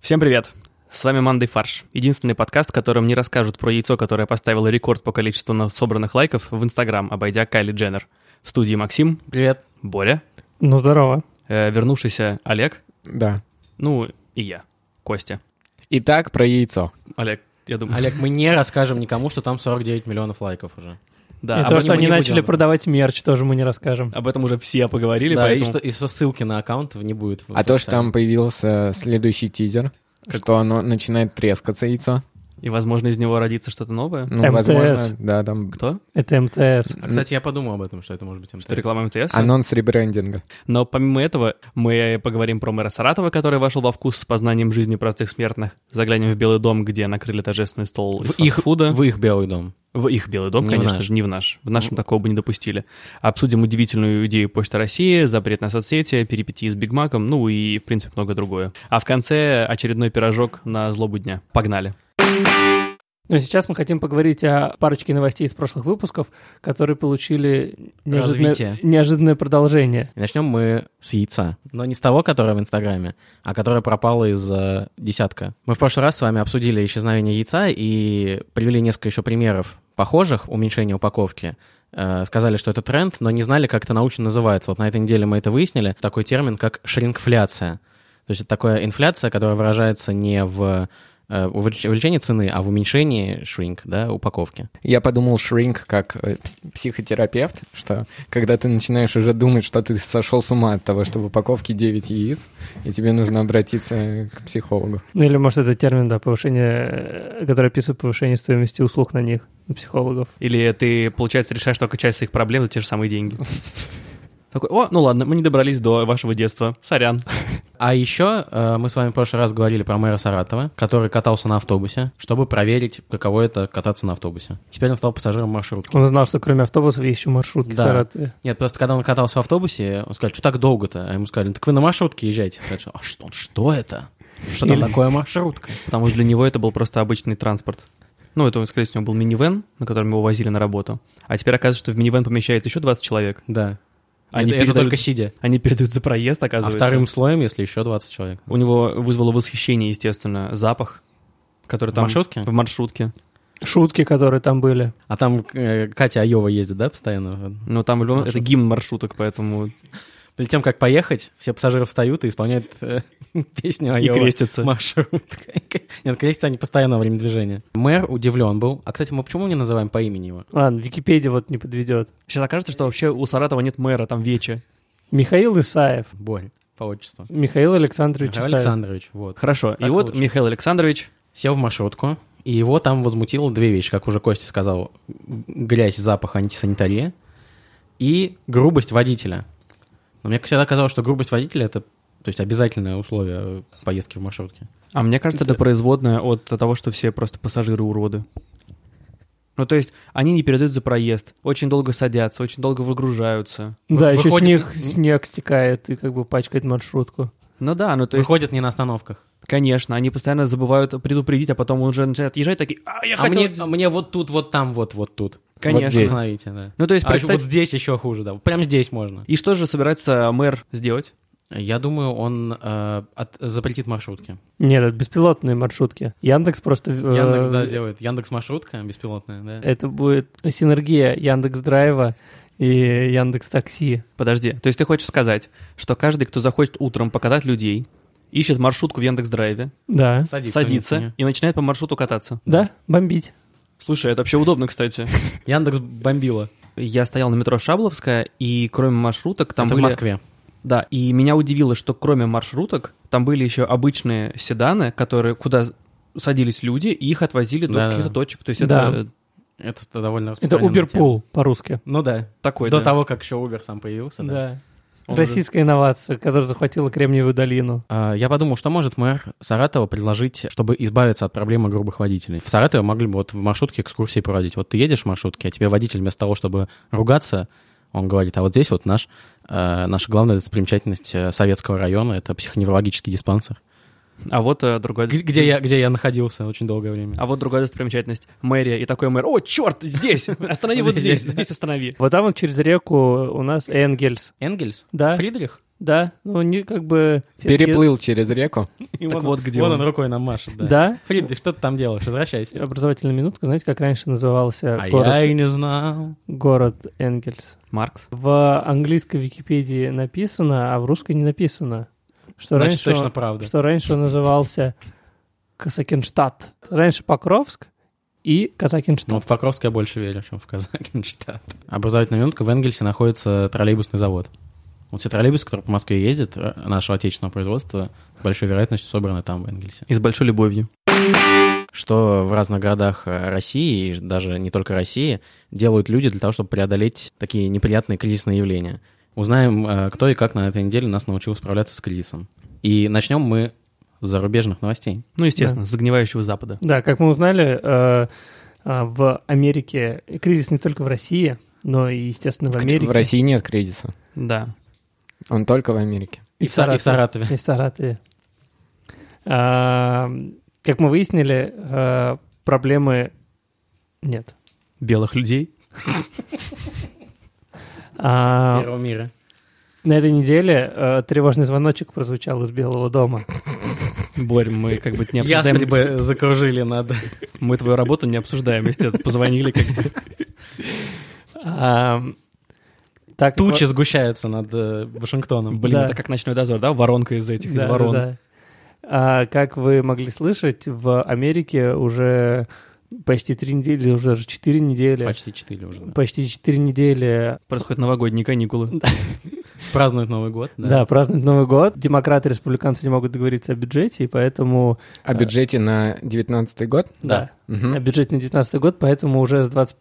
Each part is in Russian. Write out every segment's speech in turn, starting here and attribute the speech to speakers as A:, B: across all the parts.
A: Всем привет! С вами Мандай Фарш, единственный подкаст, в котором не расскажут про яйцо, которое поставило рекорд по количеству на- собранных лайков в Инстаграм, обойдя Кайли Дженнер. В студии Максим,
B: Привет.
A: Боря,
C: Ну, здорово.
A: э, вернувшийся Олег,
B: Да.
A: ну и я, Костя.
D: Итак, про яйцо.
A: Олег, я думаю...
B: Олег, мы не расскажем никому, что там 49 миллионов лайков уже.
A: Да,
C: и
A: об
C: то,
A: этом
C: что
A: мы
C: они
A: не будем
C: начали
A: говорить.
C: продавать мерч, тоже мы не расскажем.
A: Об этом уже все поговорили,
B: да, и,
A: поэтому...
B: что, и что ссылки на аккаунт не будет. в
D: А то, что
B: описании.
D: там появился следующий тизер,
A: Как-
D: что оно начинает трескаться, яйцо.
A: и, возможно, из него родится что-то новое.
D: Ну,
C: МТС.
D: возможно, да, там
A: Кто?
C: Это м.т.с.
B: А, кстати, я подумал об этом, что это может быть МТС.
A: Что реклама МТС?
D: анонс ребрендинга.
A: Но помимо этого, мы поговорим про мэра Саратова, который вошел во вкус с познанием жизни простых смертных. Заглянем в Белый дом, где накрыли торжественный стол
B: В
A: из
B: их-
A: фастфуда.
B: В их Белый дом.
A: В их Белый дом,
B: Не в
A: конечно
B: наш. Ну.
A: же, не в наш. В нашем такого бы не допустили. Обсудим удивительную идею Почты России, запрет на соцсети, перипетии с Биг Маком, ну и, в принципе, много другое. А в конце очередной пирожок на злобу дня. Погнали.
C: Но Ну, сейчас мы хотим поговорить о парочке новостей из прошлых выпусков, которые получили неожиданное,
B: Развитие.
C: неожиданное продолжение.
B: И начнем мы с яйца. Но не с того, которое в Инстаграме, а которое пропало из э, десятка. Мы в прошлый раз с вами обсудили исчезновение яйца и привели несколько еще примеров похожих уменьшения упаковки. Э, сказали, что это тренд, но не знали, как это научно называется. Вот на этой неделе мы это выяснили. Такой термин, как шрингфляция. То есть это такая инфляция, которая выражается не в э, увелич- увеличении цены, а в уменьшении shrink, да, упаковки.
D: Я подумал shrink как э, пс- психотерапевт, что когда ты начинаешь уже думать, что ты сошел с ума от того, что в упаковке 9 яиц, и тебе нужно обратиться к психологу.
C: Ну или, может, это термин, да, повышение, э, который описывает повышение стоимости услуг на них, на психологов.
A: Или ты, получается, решаешь только часть своих проблем за те же самые деньги. Такой, о, ну ладно, мы не добрались до вашего детства. Сорян.
B: А еще э, мы с вами в прошлый раз говорили про мэра Саратова, который катался на автобусе, чтобы проверить, каково это кататься на автобусе. Теперь он стал пассажиром маршрутки.
C: Он узнал, что кроме автобусов есть еще маршрутки в
B: Да.
C: Саратове.
B: Нет, просто когда он катался в автобусе, он сказал, что так долго-то? А ему сказали, так вы на маршрутке езжайте. Он сказал, а что, что это? Что такое маршрутка?
A: Потому что для него это был просто обычный транспорт. Ну, это, скорее всего, был минивэн, на котором его возили на работу. А теперь оказывается, что в минивэн помещается еще 20 человек.
B: Да.
A: Они
B: Они это,
A: А передают-
B: только сидя.
A: Они передают за проезд,
B: А
A: оказывается.
B: вторым слоем, если еще 20 человек.
A: У него вызвало восхищение, естественно, запах, который
B: В
A: там...
B: маршрутке?
A: В маршрутке.
C: Шутки, которые там были.
B: А там э, Катя Айова ездит, да, постоянно?
A: Но там в любом- это
B: Маршрутка.
A: гимн маршруток, поэтому...
B: Перед тем, как поехать, все пассажиры встают и исполняют э, песню
A: И
B: Айова.
A: крестится.
B: Маршрутка. Нет, а крестится они постоянно во время движения. Мэр удивлен был. А, кстати, мы почему не называем по имени его?
C: Ладно, Википедия вот не подведет.
A: Сейчас окажется, что вообще у Саратова нет мэра, там вече.
C: Михаил Исаев.
B: Борь по отчеству.
C: Михаил Александрович
B: Михаил
C: Исаев.
B: Александрович, вот.
A: Хорошо. и
B: Так
A: вот
B: лучше.
A: Михаил Александрович...
B: Сел в маршрутку, и его там возмутило две вещи, как уже Костя сказал. Грязь, запах, антисанитария и грубость водителя. Но мне всегда казалось, что грубость водителя — это то есть обязательное условие поездки в маршрутке.
A: А мне кажется, это, производное от того, что все просто пассажиры уроды. Ну, то есть, они не передают за проезд, очень долго садятся, очень долго выгружаются.
C: Да,
B: Вы-
C: еще
B: выходит-
C: снег, снег стекает и как бы пачкает маршрутку.
A: Ну да, ну то есть,
B: Выходят не на остановках.
A: конечно, они постоянно забывают предупредить, а потом уже начинают отъезжать такие, а, я
B: А
A: хотел...
B: мне, а мне вот тут, вот там, вот, вот тут.
A: Конечно.
D: вот здесь.
B: Остановите, да.
A: Ну, то есть,
B: А ещё
A: представь-
B: вот здесь еще хуже, да. Прям здесь можно.
A: И что же собирается мэр сделать?
B: Я думаю, он э, от- запретит маршрутки.
C: Нет, это беспилотные маршрутки. Яндекс просто... э,
B: Яндекс, да, сделает. Яндекс маршрутка беспилотная, да.
C: Это будет синергия Яндекс Драйва и Яндекс Такси.
A: Подожди, то есть ты хочешь сказать, что каждый, кто захочет утром покатать людей, ищет маршрутку в Яндекс.Драйве,
C: Да.
B: Садится.
A: садится и начинает по маршруту кататься?
C: Да, бомбить.
A: Слушай, это вообще удобно, кстати.
B: Яндекс бомбила.
A: Я стоял на метро Шабловская, и кроме маршруток там
B: Там
A: были...
B: в Москве.
A: Да, и меня удивило, что кроме маршруток, там были еще обычные седаны, которые куда садились люди, и их отвозили до
B: Да-да-да.
A: каких-то точек. То есть
C: Да.
A: это э,
B: Это ст- довольно
C: Это
B: распространенная
C: Uber
B: тема.
C: Pool по-русски.
B: Ну да.
A: такой,
B: До
A: да.
B: того, как еще Uber сам появился, да.
C: Да.
A: Он
C: Российская инновация, которая захватила Кремниевую долину.
B: А, Я подумал, что может мэр Саратова предложить, чтобы избавиться от проблемы грубых водителей. В Саратове могли бы вот в маршрутке экскурсии проводить. Вот ты едешь в маршрутке, а тебе водитель вместо того, чтобы ругаться, он говорит, а вот здесь вот наш, э, наша главная достопримечательность э, советского района, это психоневрологический диспансер,
A: А вот э, другой...
B: г- где я, где я находился очень долгое время.
A: А вот другая достопримечательность. Мэрия. И такой мэр. О, черт, здесь! Останови вот здесь, здесь останови.
C: Вот там вот через реку у нас Энгельс.
B: Энгельс?
C: Да.
B: Фридрих?
C: Да, но не как бы...
D: Переплыл через реку.
B: И
A: Так
B: вон,
A: вот
B: он-
A: где
B: вон
A: он.
B: он рукой нам машет, да.
C: Да,
B: Фридрих, что ты там делаешь? Возвращайся.
C: образовательная минутка, знаете, как раньше назывался
B: А
C: город,
B: я и не знал.
C: город Энгельс.
A: Маркс.
C: В английской Википедии написано, а в русской не написано. Что
B: Значит,
C: раньше,
B: точно
C: он-
B: правда.
C: что раньше он назывался Казакенштадт. Раньше Покровск и
B: Ну,
C: Казакенштадт.
B: в Покровск я больше верю, чем в Казахстан. Образовательная минутка. В Энгельсе находится троллейбусный завод. Вот все троллейбусы, которые по Москве ездят, р- нашего отечественного производства, с большой вероятностью собраны там, в Энгельсе.
A: И с большой любовью.
B: Что в разных городах э, России, и ж- даже не только России, делают люди для того, чтобы преодолеть такие неприятные кризисные явления. Узнаем, э, кто и как на этой неделе нас научил справляться с кризисом. И начнем мы с зарубежных новостей.
A: Ну, естественно, с загнивающего Запада.
C: Да, как мы узнали, э, э, в Америке кризис не только в России, но и, естественно, в Америке.
D: В России нет кризиса.
A: Да.
D: Он только в Америке.
C: И
B: И,
C: в
B: в, Сара- и в Саратове.
C: И в Саратове. А, Как мы выяснили, э, проблемы нет.
A: Белых людей.
C: А,
B: Первого мира.
C: На этой неделе э, тревожный звоночек прозвучал из Белого дома.
A: Борь, мы как бы не обсуждаем.
B: Ястребы закружили надо.
A: Мы твою работу не обсуждаем, естественно. Позвонили как бы.
C: А, Так как
B: Тучи
C: во-
B: сгущаются над э, Вашингтоном.
A: Блин,
C: Да.
A: это как ночной дозор, да? Воронка из этих, из
C: Да,
A: ворон.
C: да, да. А, Как вы могли слышать, в Америке уже почти три недели, уже даже четыре недели,
B: Почти 4 уже. да.
C: почти четыре недели
A: Происходят новогодние каникулы.
B: Празднуют Новый год.
C: Да. праздновать Новый год. Демократы и республиканцы не могут договориться о бюджете, и поэтому...
D: О бюджете на 19 год?
C: Да. О
D: Мгм.
C: бюджете э, на 19 год, поэтому уже с 20,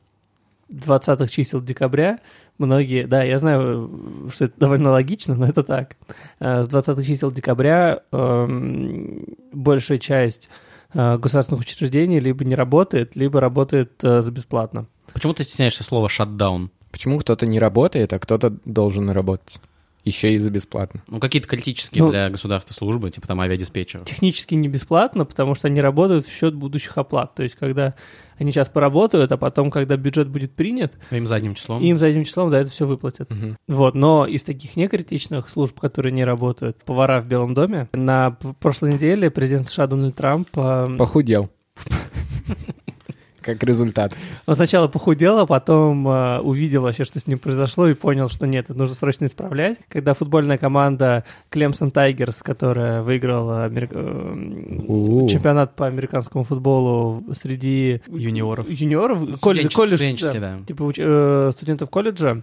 C: 20 чисел декабря многие... Да, я знаю, э, что это довольно логично, но это так. Э, С 20 чисел декабря эм, большая часть э, государственных учреждений либо не работает, либо работает э, за бесплатно.
B: Почему ты стесняешься слова «шатдаун»?
D: Почему кто-то не работает, а кто-то должен работать? Еще и за бесплатно.
B: Ну, какие-то критические
C: Ну-
B: для государства службы, типа там авиадиспетчеров.
C: технически не бесплатно, потому что они работают в счет будущих оплат. То есть, когда они сейчас поработают, а потом, когда бюджет будет принят,
B: Им задним числом.
C: им за этим числом, да, это все выплатят.
D: Мгм.
C: Вот, но из таких некритичных служб, которые не работают, повара в Белом доме, на п- прошлой неделе президент США Дональд Трамп, эм,
D: Похудел. Как результат.
C: он сначала похудел, а потом э, увидел вообще, что с ним произошло, и понял, что нет, это нужно срочно исправлять. Когда футбольная команда Клемсон Тайгерс, которая выиграла америк- эм,
D: У-у.
C: чемпионат по американскому футболу среди
A: Юниоров.
C: юниоров, колледж,
B: Студенче-
C: колледж
B: студенческий,
C: да,
B: Ну, да.
C: типа уч- э, студентов колледжа,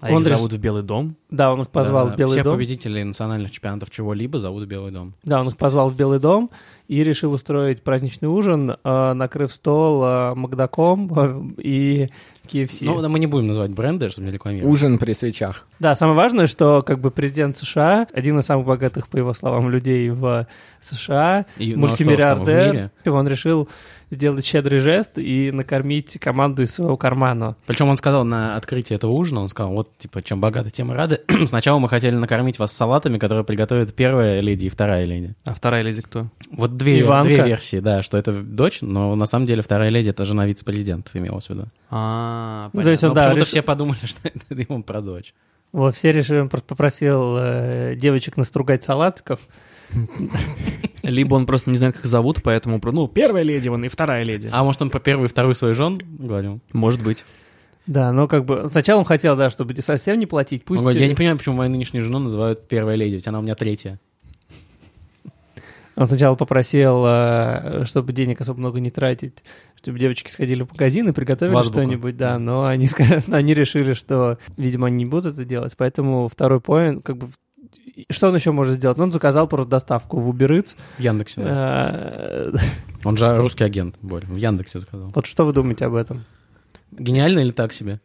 A: А
C: Он
A: их
C: реш-
A: зовут в Белый дом.
C: да, он их позвал
B: Да,
C: в Белый
B: Все
C: дом,
B: победители национальных чемпионатов чего-либо зовут в Белый дом.
C: да, он их позвал в Белый дом и решил устроить праздничный ужин, э, накрыв стол э, Макдаком э, и KFC.
B: Ну, да, мы не будем называть бренды, чтобы не рекламировать.
D: Ужин при свечах.
C: Да, самое важное, что как бы президент США, один из самых богатых, по его словам, людей в США,
B: И, ну, а что уж там, в
C: мультимиллиардер,
B: мире?
C: он решил сделать щедрый жест и накормить команду из своего кармана.
B: Причем он сказал на открытии этого ужина, он сказал, вот, типа, чем богаты, тем и рады. Сначала мы хотели накормить вас салатами, которые приготовит первая леди и вторая леди.
A: А вторая леди кто?
B: Вот две,
C: Иванка.
B: две версии, да, что это дочь, но на самом деле вторая леди — это жена вице-президента, имелось в виду.
A: А,
C: Ну, то есть
A: понятно.
B: Но
C: он, да,
B: почему-то
C: реш-
B: все подумали, что это ему про дочь.
C: Вот, все решили, он просто попросил э, девочек настругать салатиков.
A: Либо он просто не знает, как их зовут, поэтому... про- Ну, первая леди вон и вторая леди.
B: А может, он про первую и вторую свою жен говорил?
A: Может быть.
C: Да, но как бы сначала он хотел, да, чтобы не- совсем не платить.
B: Он
C: Пусть
B: говорит, Ну, я
C: через-
B: не понимаю, почему мою нынешнюю жену называют первая леди, ведь она у меня третья.
C: Он сначала попросил, э, чтобы денег особо много не тратить, чтобы девочки сходили в магазин и приготовили
B: В азбуку.
C: что-нибудь, да, но они, ска- они решили, что, видимо, они не будут это делать, поэтому второй поинт, как бы, в- что он еще может сделать? Ну, он заказал просто доставку в Uber Eats.
B: В Яндексе, да.
C: Э,
B: Он же русский агент, Борь, в Яндексе сказал.
C: Вот что вы думаете об этом?
B: Гениально или так себе?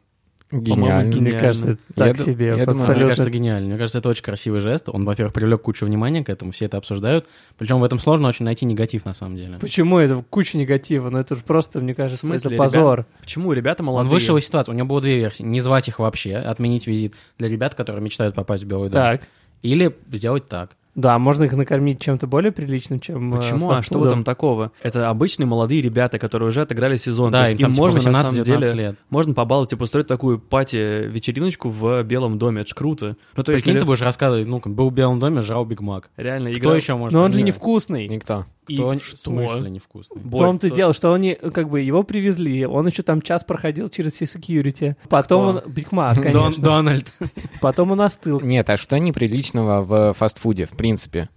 A: По-моему,
D: Гениально.
A: ге-
C: Мне
A: Гениально.
C: кажется,
D: Я
C: так
D: ду-
C: себе.
D: я
C: вот
D: думаю, мне
B: Мне
C: абсолютно
B: кажется, гениально. Мне кажется, это очень красивый жест. Он, во-первых, привлек кучу внимания к этому, все это обсуждают. Причем в этом сложно очень найти негатив, на самом деле.
C: Почему это куча негатива? Ну это же просто, мне кажется,
A: В смысле,
C: это позор.
A: Почему ребята
B: Он
A: молодые?
B: вышел из ситуации. У него было две версии. Не звать их вообще, отменить визит для ребят, которые мечтают попасть в Белый дом.
C: Так.
B: Или сделать так.
C: Да, можно их накормить чем-то более приличным, чем э,
A: Почему? А что в
C: фастфудом.
A: этом такого? Это обычные молодые ребята, которые уже отыграли сезон. Ну, То
B: Да,
A: есть
B: им, там, типа,
A: можно на
B: 18-19
A: самом деле
B: лет.
A: можно побаловать и устроить такую пати-вечериночку в Белом доме. Это ж круто. Ну, то есть,
B: Прикинь, ты
A: наверно,
B: будешь рассказывать, ну, был в Белом доме, жрал Биг Мак.
A: реально
B: Кто
A: игра-
B: еще может?
C: Но он же
B: придумать?
C: невкусный.
D: Никто.
A: И
B: Кто- В
A: что?
B: смысле невкусный?
C: В
A: Борь,
C: том-то и
A: кто-
C: дело, что они, как бы, его привезли, он еще там час проходил через все security. Потом он... Биг Мак,
B: Дон-
C: конечно.
B: Дональд.
C: Потом он остыл.
D: Нет, а что неприличного в фастфуде, в принципе?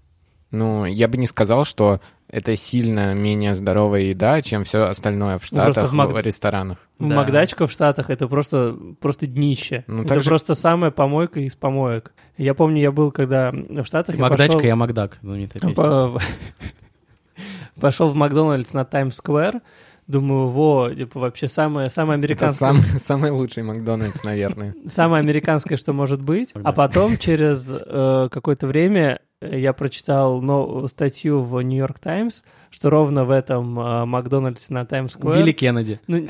D: Ну, я бы не сказал, что это сильно менее здоровая еда, чем все остальное в
C: Ну, просто
D: Штатах,
C: в Мак-
D: в ресторанах.
C: В
A: Да.
C: Макдачка в Штатах это просто, просто днище.
D: Ну,
C: это
D: так же-
C: просто самая помойка из помоек. Я помню, я был, когда в Штатах... я
B: Макдачка,
C: пошел-
B: я Макдак. Знаменитая песня.
C: По- Пошел в Макдональдс на Таймс-сквер, думаю, во, типа, вообще самое, самое
D: Это
C: американское,
D: сам- самый лучший Макдональдс, наверное.
C: самое американское, что может быть. А потом через э, какое-то время э, я прочитал новую статью в Нью-Йорк Таймс, что ровно в этом э, Макдональдсе на Таймс-сквер...
B: Убили Кеннеди.
C: Ну,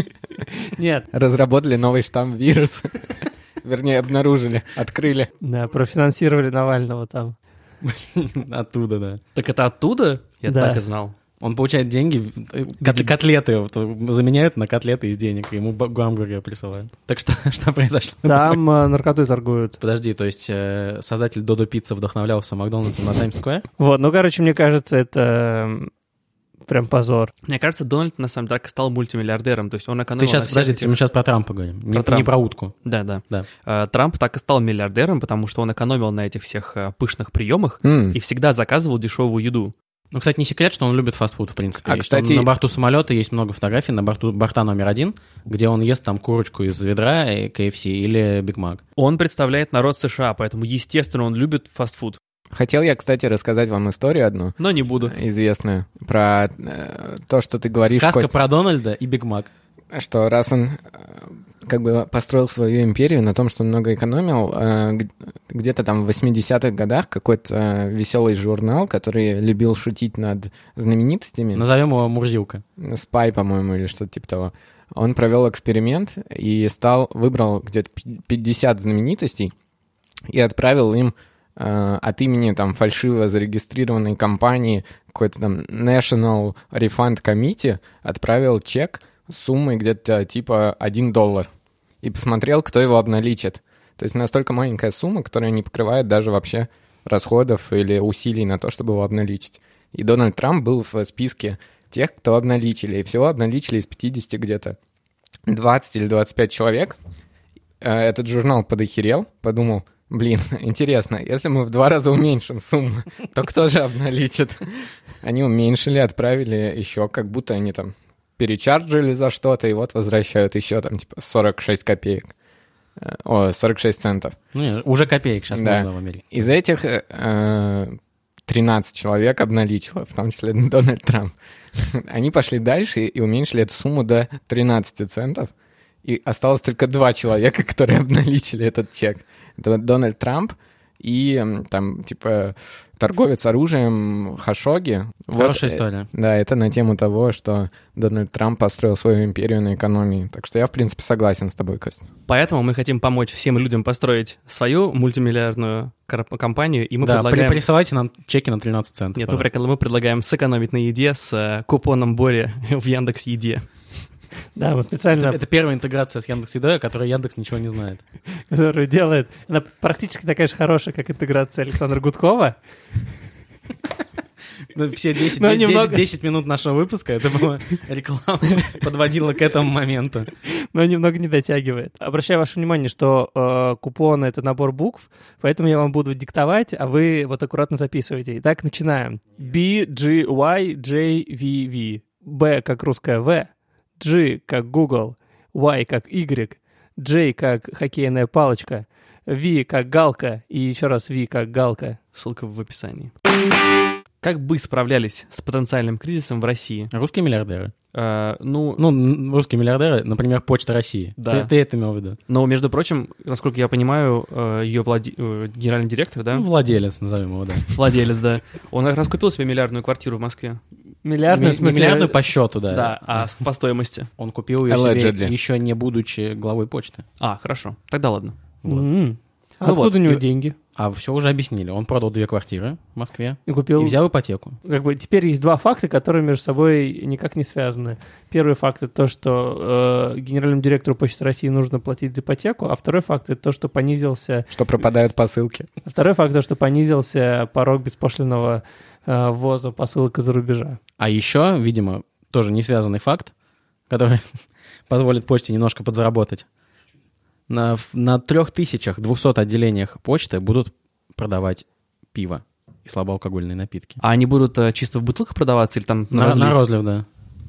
C: Нет,
D: Разработали новый штамм вируса. Вернее, обнаружили, открыли.
C: да, профинансировали Навального там.
B: Оттуда, да.
A: Так это оттуда? Я
C: Да.
A: так и знал.
B: Он получает деньги, э, кот- котлеты вот, э, заменяют на котлеты из денег, ему ба- гамбургер присылают. Так что, что произошло?
C: Там э, наркотой торгуют.
B: Подожди, то есть э, создатель Додо Пицца вдохновлялся Макдональдсом на Таймс-сквер?
C: Вот, ну, короче, мне кажется, это м, прям позор.
A: Мне кажется, Дональд на самом деле так и стал мультимиллиардером. То есть он
D: Ну,
A: экономил
B: Ты сейчас,
A: на всех
B: подожди,
A: этих-
B: мы сейчас про Трампа говорим, не не про,
A: Трампа.
B: утку.
A: Да, да.
B: Да.
A: Э, Трамп так и стал миллиардером, потому что он экономил на этих всех э, пышных приемах
D: М,
A: и всегда заказывал дешевую еду.
B: Ну, кстати, не секрет, что он любит фастфуд, в принципе.
D: А,
B: И что он
D: кстати-
B: на борту самолета есть много фотографий, на борту борта номер один, где он ест там курочку из ведра, э, KFC или Биг Мак.
A: Он представляет народ США, поэтому, естественно, он любит фастфуд.
D: Хотел я, кстати, рассказать вам историю одну
A: Но не буду.
D: известную про э, то, что ты говоришь,
B: Сказка
D: Кость,
B: про Дональда и Биг Мак.
D: что раз он э, как бы построил свою империю на том, что много экономил, э, г- где-то там в 80-х годах какой-то э, веселый журнал, который любил шутить над знаменитостями,
B: Назовем его Мурзилка.
D: Спай, по-моему, или что-то типа того. Он провел эксперимент и стал, выбрал где-то пи- 50 знаменитостей и отправил им э, от имени там фальшиво зарегистрированной компании какой-то там National Refund Committee отправил чек с суммой где-то типа 1 доллар и посмотрел, кто его обналичит. То есть настолько маленькая сумма, которая не покрывает даже вообще расходов или усилий на то, чтобы его обналичить. И Дональд Трамп был в списке тех, кто обналичили. И всего обналичили из 50 где-то 20 или 25 человек. Э, Этот журнал подохерел, подумал, блин, интересно, если мы в два раза уменьшим сумму, то кто же обналичит? Они уменьшили, отправили еще, как будто они там перечарджили за что-то, и вот возвращают еще там типа 46 копеек. Э, О, 46 центов.
B: Ну, не, уже копеек сейчас
D: Да.
B: можно в Америке.
D: Из этих э, э, 13 человек обналичило, в том числе Дональд Трамп. Они пошли дальше и уменьшили эту сумму до 13 центов. И осталось только два человека, которые обналичили этот чек. Это вот Дональд Трамп и м, там, типа, торговец оружием Хашоги. Вот,
B: Хорошая
D: э,
B: история.
D: да, это на тему того, что Дональд Трамп построил свою империю на экономии. Так что я, в принципе, согласен с тобой, Костя.
A: Поэтому мы хотим помочь всем людям построить свою мультимиллиардную корп- компанию, и мы
B: да, при-
A: предлагаем...
B: присылайте нам чеки на 13 центов.
A: Нет, мы,
B: пожалуйста.
A: прикол- мы предлагаем сэкономить на еде с э, купоном Бори в Яндекс Еде.
C: Да, мы специально
B: Это первая интеграция с Яндекс Едой, о которой Яндекс ничего не знает.
C: которую делает. Она практически такая же хорошая, как интеграция Александра Гудкова.
B: Ну, все 10,
C: Ну,
B: де- де-
C: немного.
B: 10 минут нашего выпуска, это была реклама, подводила к этому моменту.
C: но немного не дотягивает. Обращаю ваше внимание, что э, купоны — это набор букв, поэтому я вам буду диктовать, а вы вот аккуратно записывайте. Итак, начинаем. B, G, Y, J, V, V. B как русская V, G как Google, Y как Y, J как хоккейная палочка, V как галка и еще раз V как галка.
A: Ссылка в описании. Как бы справлялись с потенциальным кризисом в России?
B: Русские миллиардеры.
A: Э, ну,
B: Ну, н- русские миллиардеры, например, Почта России.
A: Да.
B: Ты, ты это имел в виду?
A: но, между прочим, насколько я понимаю, э, ее генеральный директор, да,
B: Ну, владелец, назовем его, да.
A: владелец, да, он как раз купил себе миллиардную квартиру в Москве.
C: Миллиардный,
B: Не-
C: в смысле...
B: не миллиардную по счету, да.
A: Да, а с- по стоимости.
B: Он купил ее себе,
D: Allegedly.
B: еще не будучи главой почты.
A: А, хорошо. Тогда ладно.
B: Вот.
C: М. А
B: Ну вот,
C: откуда у него
B: и-
C: деньги?
B: А все уже объяснили. Он продал две квартиры в Москве
C: И
B: и
C: купил...
B: взял ипотеку.
C: Как бы теперь есть два факта, которые между собой никак не связаны. Первый факт — это то, что э, генеральному директору Почты России нужно платить за ипотеку, а второй факт — это то, что понизился...
D: Что пропадают посылки.
B: Ну,
C: Второй факт — то, что понизился порог беспошлиного э, ввоза посылок из-за рубежа.
B: А еще, видимо, тоже не связанный факт, который позволит почте немножко подзаработать. На, в- на 3200 отделениях почты будут продавать пиво и слабоалкогольные напитки.
A: А они будут э, чисто в бутылках продаваться или там на,
B: На,
A: разлив?
B: на розлив, да.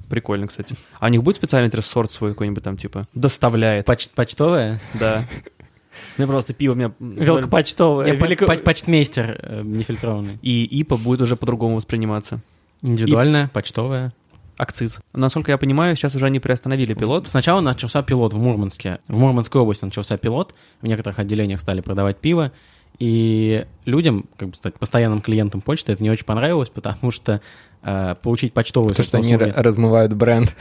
A: Прикольно, кстати. А у них будет специальный рессорт свой какой-нибудь там, типа, доставляет,
B: Поч- почтовая?
A: да. Мне просто пиво, у меня...
C: Велкопочтовая.
B: Не, по-
C: велико-
B: поч- почтмейстер э, нефильтрованный.
A: И ИПа будет уже по-другому восприниматься.
B: Индивидуальная, почтовая.
A: Акциз. Насколько я понимаю, сейчас уже они приостановили пилот.
B: Сначала начался пилот в Мурманске. В Мурманской области начался пилот. В некоторых отделениях стали продавать пиво. И людям, как бы стать постоянным клиентам почты, это не очень понравилось, потому что э, получить почтовые
D: Потому что
B: собственно,
D: они р-
B: услуги,
D: размывают бренд.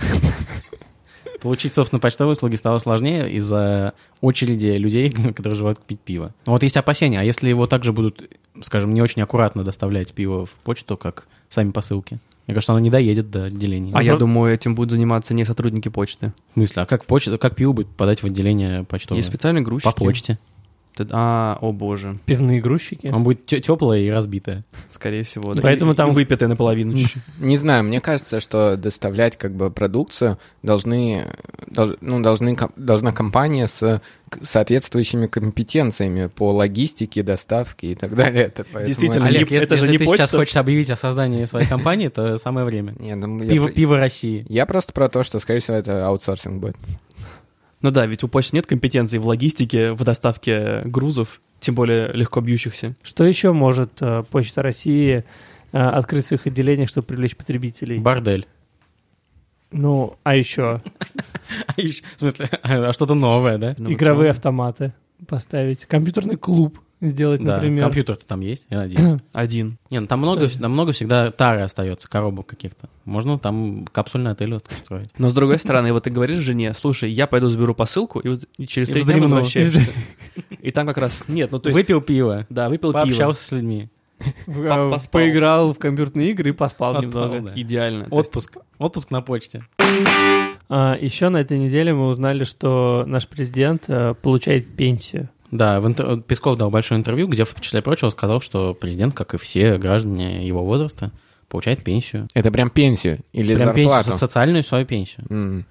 B: получить, собственно, почтовые услуги стало сложнее из-за очереди людей, которые желают пить пиво. Но вот есть опасения, а если его также будут, скажем, не очень аккуратно доставлять пиво в почту, как сами посылки? Мне кажется, оно не доедет до отделения.
A: А я
C: правда-
A: думаю, этим будут заниматься не сотрудники почты.
B: В смысле, а как, почта, как пиво будет подать в отделение почтовое?
A: Есть специальные грузчики.
B: По почте.
A: Ты- А, о боже,
C: Пивные грузчики.
B: Он будет теплое и разбитое.
A: скорее всего.
C: Поэтому
A: И-
C: там-
A: и выпитые наполовину.
D: Не знаю, мне кажется, что доставлять как бы продукцию должны, долж- ну, должны, ком- должна компания с к- соответствующими компетенциями по логистике, доставке и так далее. Это поэтому-
A: Действительно.
B: Олег,
A: не-
B: если,
A: это же
B: если
A: не
B: ты сейчас
A: почта.
B: хочешь объявить о создании своей компании, то самое время.
D: Не, ну, я
B: Пиво,
D: про-
B: пиво России.
D: Я просто про то, что, скорее всего, это аутсорсинг будет.
A: Ну да, ведь у почты нет компетенции в логистике, в доставке грузов, тем более легко бьющихся.
C: Что еще может э, Почта России э, открыть в своих отделениях, чтобы привлечь потребителей?
B: Бордель.
C: Ну, а еще
B: А ещё- в смысле, а что-то новое, да?
A: Ну,
C: игровые
A: почему?
C: автоматы поставить, компьютерный клуб сделать,
B: Да,
C: например.
B: компьютер-то там есть, я надеюсь.
A: Один.
B: Не, ну там много,
C: Что?
B: там много всегда тары остается, коробок каких-то. Можно там капсульный отель вот устроить.
A: Но с другой стороны, вот ты говоришь жене, слушай, я пойду заберу посылку, и, вот через
B: И
A: три дня
B: вздремну.
A: возвращаешься. И там как раз... Нет, ну то есть...
B: Выпил пиво,
A: Да, выпил пиво.
B: пообщался с людьми.
C: Э,
A: поспал.
C: Поиграл в компьютерные игры и поспал,
B: Поспал,
C: немного.
B: да.
A: Идеально. То есть
B: Отпуск. Отпуск на почте.
C: еще А, на этой неделе мы узнали, что наш президент э, получает пенсию.
B: Да, в интер- Песков дал большое интервью, где, в числе прочего, сказал, что президент, как и все граждане его возраста, получает пенсию.
D: Это прям пенсию или
B: Прям пенсию,
D: зарплату?
B: со- социальную свою пенсию.
D: М.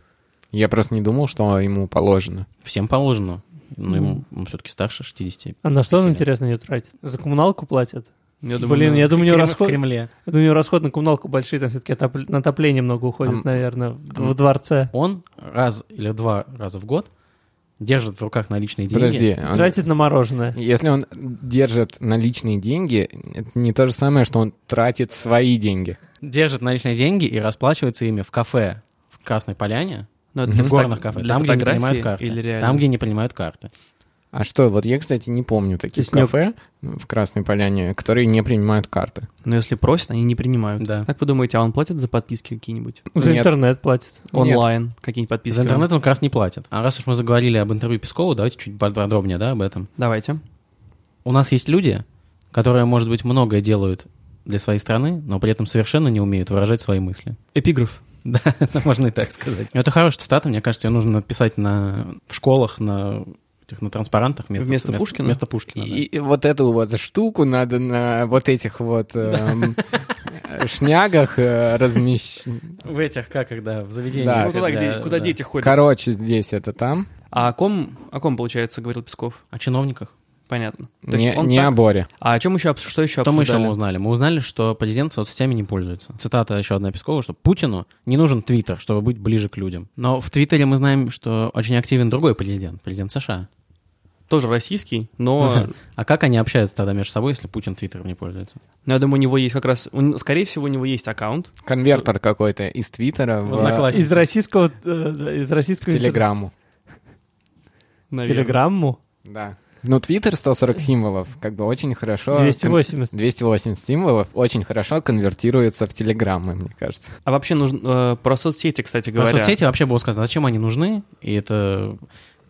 D: Я просто не думал, что ему положено.
B: Всем положено. Но ему все-таки старше 60.
C: А на что он,
B: Пенсия.
C: интересно, ее тратит? За коммуналку платят?
A: Я
C: Блин,
A: ну,
C: я думаю, у него
B: Кремль-
C: расход...
B: в Кремле.
C: Я думаю, у него расход на коммуналку большие, там все-таки на отопление много уходит,
D: Ам,
C: наверное, в,
D: ам.
C: в дворце.
B: Он раз или два раза в год держит в руках наличные деньги.
D: Подожди. он-
C: Тратит на мороженое.
D: Если он держит наличные деньги, это не то же самое, что он тратит свои деньги.
B: Держит наличные деньги и расплачивается ими в кафе в Красной Поляне,
A: ну,
D: Для
B: в
A: фото-
B: горных кафе,
A: для
B: там, где не
A: фотографии
B: принимают карты.
A: Или реально?
B: Там, где не принимают карты.
D: А что, вот я, кстати, не помню таких
C: Теснёк.
D: кафе в Красной Поляне, которые не принимают карты.
A: Но если просят, они не принимают.
B: Да.
A: Как вы думаете, а он платит за подписки какие-нибудь?
C: За
D: Нет.
C: интернет платит.
A: Онлайн какие-нибудь подписки?
B: За
A: он-
B: интернет он как раз не платит. А раз уж мы заговорили об интервью Пескову, давайте чуть подробнее да, об этом.
A: Давайте.
B: У нас есть люди, которые, может быть, многое делают для своей страны, но при этом совершенно не умеют выражать свои мысли.
A: Эпиграф.
B: Да, это можно и так сказать. Ну, Это хорошая цитата, мне кажется, ее нужно написать на в школах, на этих на транспарантах вместо,
A: Вместо Пушкина?
B: Вместо
A: Ну
B: Пушкина. да.
D: И, и вот эту вот штуку надо на вот этих вот эм, шнягах э, размещ...
B: В этих как когда в заведениях.
D: Да, Ну,
B: когда- да.
A: ходят.
D: Короче, здесь это там.
A: А о ком, о ком, получается, говорил Песков?
B: О чиновниках.
A: Понятно. То есть
D: Не,
A: он
D: не
A: так-
D: о Боре.
A: А о чем еще, обс- что еще
B: Что мы еще
A: обсуждали?
B: мы узнали? Мы узнали, что президент соцсетями не пользуется. Цитата еще одна Пескова, что Путину не нужен Твиттер, чтобы быть ближе к людям. Но в Твиттере мы знаем, что очень активен другой президент, президент США.
A: Тоже российский, но,
B: А как они общаются тогда между собой, если Путин Твиттером не пользуется?
A: но я думаю, у него есть как раз... он- Скорее всего, у него есть аккаунт. Ну,
D: Конвертер какой-то из Твиттера
B: В
D: в
B: Одноклассниках.
C: Из российского... э, да, Из российского... интер-
D: Телеграмму.
A: наверное.
C: Телеграмму?
D: Да. Ну, Твиттер 140 символов, как бы очень хорошо...
C: 280.
D: 208 символов очень хорошо конвертируется в телеграммы, мне кажется.
A: А вообще нужно... э, про соцсети, кстати
B: Про
A: говоря.
B: соцсети вообще было сказано, зачем они нужны, и это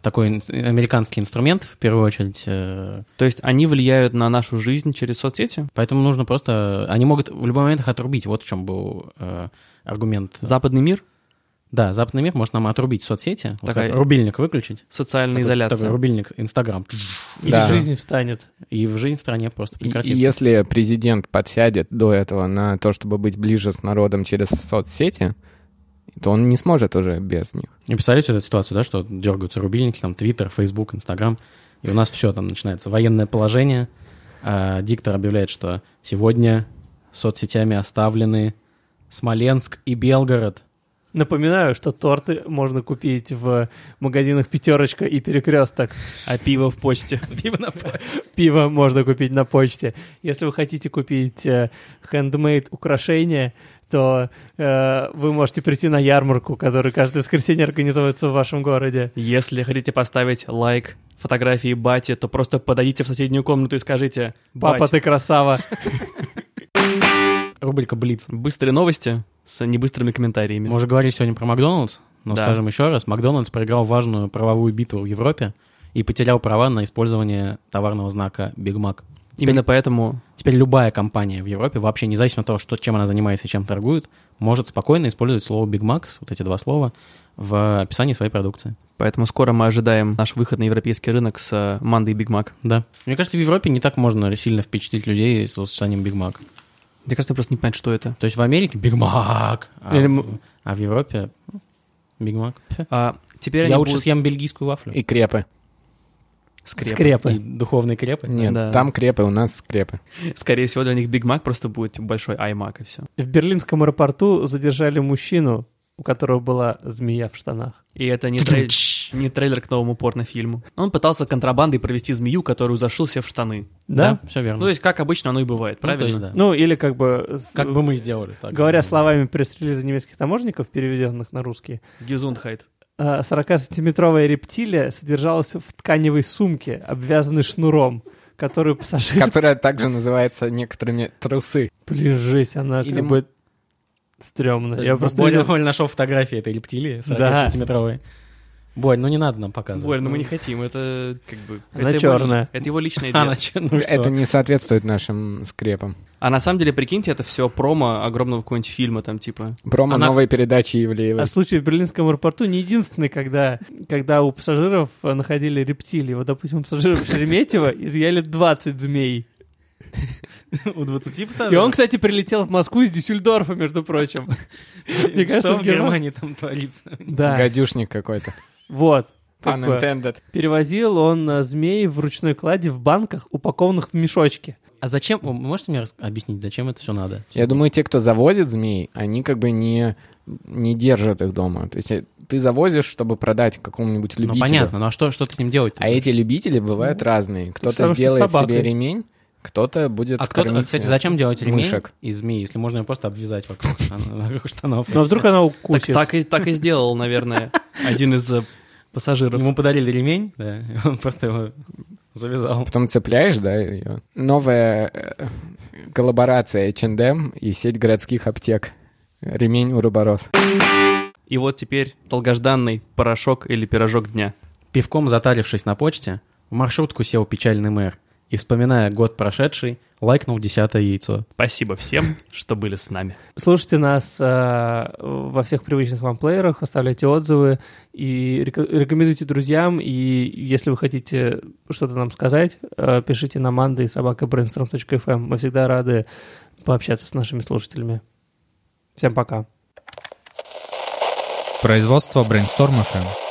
B: такой ин- американский инструмент, в первую очередь. э,
A: То есть они влияют на нашу жизнь через соцсети?
B: Поэтому нужно просто... Они могут в любой момент их отрубить. Вот в чем был э, аргумент.
A: Западный мир?
B: Да, западный мир может нам отрубить соцсети. Вот
A: Такая-
B: как рубильник выключить.
A: Социальная
B: Такой-
A: изоляция.
B: такой рубильник Инстаграм.
C: Или
D: Да.
C: жизнь встанет.
B: И в жизнь в стране просто
D: И- и
B: прекратится.
D: Если президент подсядет до этого на то, чтобы быть ближе с народом через соцсети, то он не сможет уже без них.
B: И представляете вот эту ситуацию, да, что дергаются рубильники, там, Твиттер, Фейсбук, Инстаграм, и у нас все там начинается. Военное положение, а, диктор объявляет, что сегодня соцсетями оставлены Смоленск и Белгород.
C: Напоминаю, что торты можно купить в магазинах «Пятерочка» и «Перекресток».
A: А пиво в почте.
C: Пиво можно купить на почте. Если вы хотите купить хендмейд украшения, то э, вы можете прийти на ярмарку, которая каждое воскресенье организуется в вашем городе.
A: Если хотите поставить лайк фотографии бати, то просто подойдите в соседнюю комнату и скажите
C: Папа,
A: «Бать,
C: ты красава.
B: Рубрика Блиц.
A: Быстрые новости с небыстрыми комментариями.
B: Мы уже говорили сегодня про Макдоналдс, но
A: Да.
B: скажем еще раз. Макдоналдс проиграл важную правовую битву в Европе и потерял права на использование товарного знака Биг Мак.
A: Именно поэтому
B: Теперь любая компания в Европе, вообще независимо от того, что, чем она занимается и чем торгует, может спокойно использовать слово Big Macs, вот эти два слова, в описании своей продукции.
A: Поэтому скоро мы ожидаем наш выход на европейский рынок с э, мандой Биг Мак.
B: Да. Мне кажется, в Европе не так можно сильно впечатлить людей с сочетанием Big Mac.
A: Мне кажется, просто не понимают, что это.
B: То есть в Америке Big Mac, а,
C: Или
B: в-
C: м-
B: а в Европе Big Mac.
A: А теперь они
B: Я лучше
A: будут-
B: съем бельгийскую вафлю.
D: И крепы.
A: Скрепы.
B: И духовные крепы.
D: Нет,
A: Да.
D: там крепы, у нас скрепы.
A: Скорее всего, для них Биг Мак просто будет типа, большой Аймак и все.
C: В берлинском аэропорту задержали мужчину, у которого была змея в штанах.
A: И это не, трейлер- не трейлер к новому порнофильму. Он пытался контрабандой провести змею, которую зашил себе в штаны.
C: Да?
B: все верно.
A: Ну, то есть, как обычно оно и бывает,
B: Ну, то
A: правильно?
B: есть, да.
C: Ну, или как бы... с-
B: Как бы мы сделали. так.
C: Говоря словами пресс-релиза немецких таможенников, переведенных на русский,
A: Гизундхайт.
C: а, 40-сантиметровая рептилия содержалась в тканевой сумке, обвязанной шнуром, которую пассажир...
D: Которая также называется некоторыми трусы.
C: Блин, жесть, она
D: Или
C: как
D: м-
C: бы стрёмно.
B: То
C: Я
B: есть
C: просто
B: Боря,
C: видел-
B: Боря нашел фотографии этой рептилии 40-сантиметровой. Борь, ну не надо нам показывать.
A: Борь, ну мы не хотим, это как бы... это
C: Она
A: его-
C: чёрная.
A: это его личное дело.
B: А, ну, что?
D: Это не соответствует нашим скрепам.
A: А на самом деле, прикиньте, это все промо огромного какого-нибудь фильма там, типа...
D: Промо
B: Она-
D: новой передачи Евлеевой.
C: А случай в Берлинском аэропорту не единственный, когда, когда у пассажиров э, находили рептилии. Вот, допустим, у пассажиров Шереметьева изъяли 20 змей.
B: у 20
C: И он, кстати, прилетел в Москву из Дюссельдорфа, между прочим. мне кажется,
B: что в
C: в Герман-
B: Германии там творится?
C: Да,
D: Гадюшник какой-то.
C: вот. Как
D: Pun
C: бы
D: intended.
C: Перевозил он э, змей в ручной кладе в банках, упакованных в мешочки.
B: А зачем, вы можете мне рас- объяснить, зачем это все надо?
D: Я думаю, те, кто завозит змей, они как бы не, не держат их дома. То есть э, ты завозишь, чтобы продать какому-нибудь
B: Ну
D: любителю.
B: понятно, ну а что, что ты с ним делать?
D: А эти любители бывают разные.
C: потому
D: Кто-то
C: что
D: сделает
C: собакой.
D: себе ремень, кто-то будет
B: А кто,
D: кормить,
B: кстати,
D: э,
B: зачем делать ремень
D: мышек.
B: из змеи, если можно ее просто обвязать вокруг, штан- вокруг штанов?
C: Но Ну, а вдруг она
A: Так,
C: укусит.
A: так и, так и сделал, наверное, один из э, пассажиров.
B: Ему подарили ремень, да, и он просто его завязал.
D: Потом цепляешь, да, ее. Новая э, коллаборация H&M и сеть городских аптек. Ремень Уруборос.
A: И вот теперь долгожданный порошок или пирожок дня.
B: Пивком затарившись на почте, в маршрутку сел печальный мэр и, вспоминая год прошедший, лайкнул десятое яйцо.
A: Спасибо всем, что были с нами.
C: Слушайте нас э, во всех привычных вам плеерах, оставляйте отзывы и рек- рекомендуйте друзьям. И если вы хотите что-то нам сказать, э, пишите на манды и собакабрейнсторм.фм. эм. Мы всегда рады пообщаться с нашими слушателями. Всем пока.
E: Производство Brainstorm FM.